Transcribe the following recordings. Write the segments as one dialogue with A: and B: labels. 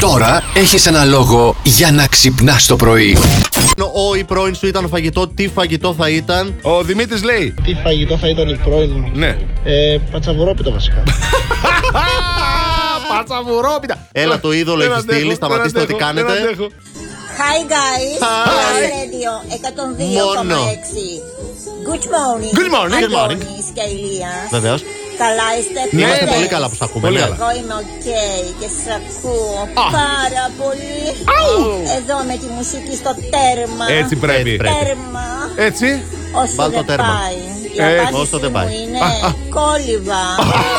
A: Τώρα έχεις ένα λόγο για να ξυπνάς το πρωί.
B: Ο η πρώην σου ήταν φαγητό, τι φαγητό θα ήταν.
C: Ο Δημήτρης λέει.
D: Τι φαγητό θα ήταν η πρώην μου.
C: Ναι.
D: Ε, πατσαβουρόπιτο βασικά.
C: Πατσαβουρόπιτα.
B: Έλα, το είδωλο έχει στείλει, σταματήστε ό,τι κάνετε.
E: Hi guys,
B: Hi.
E: Plus Radio 102,6.
B: Μόνο.
E: Good morning.
C: Good morning. Good morning.
E: Αντώνης και Ηλίας.
B: Βεβαίως.
E: Καλά είστε
B: Ναι,
E: φίλε?
B: είμαστε πολύ καλά που σας ακούμε.
C: Πολύ
B: ναι.
C: καλά.
E: Εγώ είμαι οκ και σας ακούω πάρα πολύ. Εδώ με τη μουσική στο τέρμα.
C: Έτσι πρέπει.
E: Τέρμα.
C: Έτσι.
E: Όσο
B: Βάλ' το
E: δεν
B: τέρμα.
E: πάει. Η
C: Ε,
E: απάντηση
B: όσο δεν
E: μου
B: πάει.
E: είναι κόλληβα.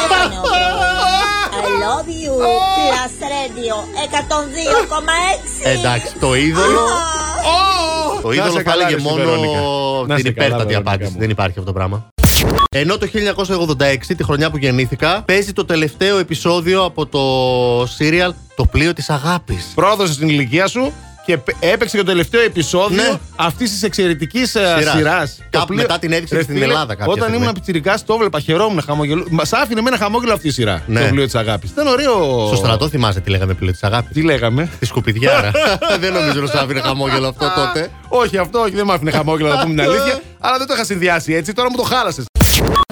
E: Έκανε ο Μπρος. I love you. Plus Radio 102,6.
B: Εντάξει, το είδωλο.
C: Ω!
B: Το
C: Να
B: είδωλο
C: σε
B: θα
C: καλά,
B: έλεγε
C: ρε, στη Βερόνικα.
B: μόνο
C: Να
B: την
C: σε καλά,
B: υπέρτατη
C: Βερόνικα
B: απάντηση.
C: μου.
B: Δεν υπάρχει αυτό το πράγμα. Ενώ το 1986, τη χρονιά που γεννήθηκα, παίζει το τελευταίο επεισόδιο από το σύριαλ Το πλοίο της αγάπης.
C: Πρόδωσε στην ηλικία σου και πε- έπαιξε και το τελευταίο επεισόδιο
B: Ναι.
C: αυτής της εξαιρετικής σειρά.
B: Κάπου μετά την έδειξε στην Ελλάδα κάποια
C: Όταν
B: στιγμή.
C: ήμουν πιτσιρικάς, το έβλεπα, χαιρόμουν, χαμογελού. Μα άφηνε με ένα χαμόγελο αυτή η σειρά.
B: Ναι.
C: Το βιβλίο της αγάπης. Ήταν ωραίο.
B: Στο στρατό θυμάσαι τι λέγαμε πλοίο της αγάπης.
C: Τι λέγαμε.
B: Τη σκουπιδιάρα. Δεν νομίζω να σου άφηνε χαμόγελο αυτό τότε.
C: Όχι, αυτό όχι, δεν μ' άφηνε χαμόγελο να πούμε την αλήθεια. Αλλά δεν το είχα συνδυάσει έτσι. Τώρα μου το χάλασες.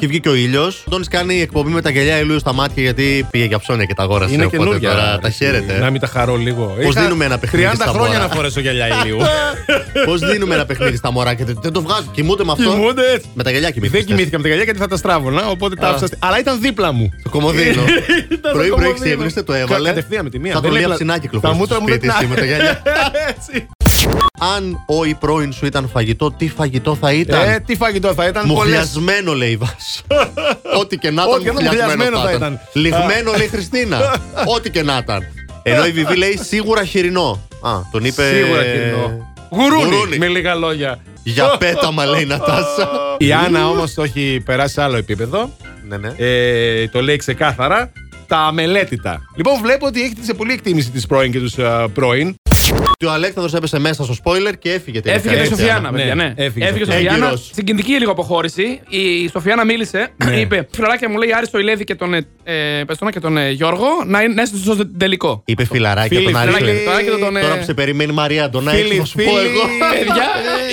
B: Και βγήκε ο ήλιος. Ο Τόνι κάνει εκπομπή με τα γελιά ηλίου στα μάτια γιατί πήγε για ψώνια και τα αγόρασε.
C: Είναι
B: Οπότε
C: καινούργια.
B: τώρα
C: ρε,
B: Τα χαίρετε.
C: Να μην τα χαρώ λίγο. Είχα
B: δίνουμε ένα παιχνίδι
C: 30
B: στα
C: χρόνια
B: μωρά.
C: να φορέσω γυαλιά ηλίου.
B: Πώς δίνουμε ένα παιχνίδι στα μωρά και δεν το βγάζουν. Κοιμούνται με αυτό.
C: Κοιμούνται έτσι.
B: Με τα γυαλιά κοιμήθηκαν.
C: Δεν κοιμήθηκα με τα γυαλιά γιατί θα τα στράβωνα, οπότε τα άφησα. στη- Αλλά ήταν δίπλα μου.
B: Το κομμωδίνο. πρωί
C: Ήταν στο
B: πρωί
C: κομμωδίνο.
B: ξύπνησε, το έβαλε.
C: Κα- Κατευθείαν με τη μία.
B: Θα
C: Δεν
B: τον λέει
C: έπλα-
B: ψινάκι
C: Τα μούτρα μου δεν
B: σπίτι εσύ με τα γυαλιά.
C: Έτσι.
B: Αν ο ή πρώην σου ήταν φαγητό, τι φαγητό θα
C: Ε,
B: ήταν.
C: τι φαγητό θα ήταν. πολλές.
B: Μουχλιασμένο λέει η Βάση. Ό,τι και να
C: Ό,τι και
B: ήταν,
C: να ήταν,
B: μουχλιασμένο θα
C: μουχλιασμένο
B: ήταν.
C: θα ήταν.
B: Λιγμένο λέει η Χριστίνα. Ό,τι και να ήταν. Ενώ η Βιβί λέει σίγουρα χοιρινό. Α, τον είπε.
C: Σίγουρα κοινό. Γουρούνι,
B: Γουρούνι.
C: με λίγα λόγια.
B: Για πέταμα λέει η Νατάσα.
C: Η Άννα όμως το έχει περάσει σε άλλο επίπεδο.
B: Ναι, ναι.
C: Ε, το λέει ξεκάθαρα. Τα αμελέτητα. Λοιπόν, βλέπω ότι έχετε σε πολύ εκτίμηση τη πρώην και τους πρώην.
B: Και ο Αλέξανδρος έπεσε μέσα στο spoiler και έφυγε τελικά.
F: Έφυγε η
B: Έτσι,
F: Σοφιάνα,
C: ναι.
F: παιδιά, ναι.
C: Έφυγε η
F: Έφυγε η
C: Σοφιάνα.
F: Σοφιάνα.
B: Έγκυρος.
F: Συγκινητική λίγο αποχώρηση. Η η Σοφιάνα μίλησε, είπε: Φιλαράκια μου λέει Άρη το Ηλέδη και τον, ε, ε, Πεστόνα και τον ε, Γιώργο να είναι να είστε στο τελικό.
B: Είπε φιλαράκια
C: Φίλοι,
B: τον Αλέξη.
C: φιλαράκια.
F: Φιλαράκια το τον. ε,
B: Τώρα που σε περιμένει η Μαρία Αντωνάκη,
C: Φίλοι,
B: θα σου πω
C: φίλοι.
B: εγώ.
F: Παιδιά,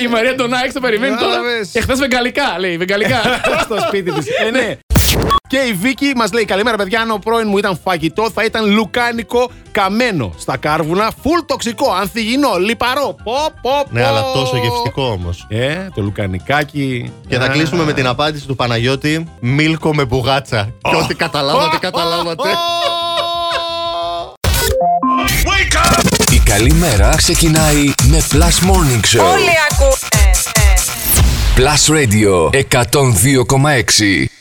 F: η Μαρία τον Άξ το περιμένει τώρα.
C: Κατάλαβες.
F: Και χθες βεγγαλικά, λέει. Βεγγαλικά.
C: στο σπίτι της. Ε, ναι. Και η Βίκη μας λέει: Καλημέρα, παιδιά. Αν ο πρώην μου ήταν φαγητό, θα ήταν λουκάνικο καμένο στα κάρβουνα. Φουλ τοξικό, ανθυγινό, λιπαρό. Πο, πο, πο.
B: Ναι, αλλά τόσο γευστικό όμως.
C: Ε, το λουκανικάκι.
B: Και θα
C: Α.
B: κλείσουμε με την απάντηση του Παναγιώτη Μίλκο με μπουγάτσα. Και ό,τι καταλάβατε, καταλάβατε.
A: Η καλή μέρα ξεκινάει με Plus Morning Show.
G: Όλοι ακούνε.
A: Plus Radio 102,6.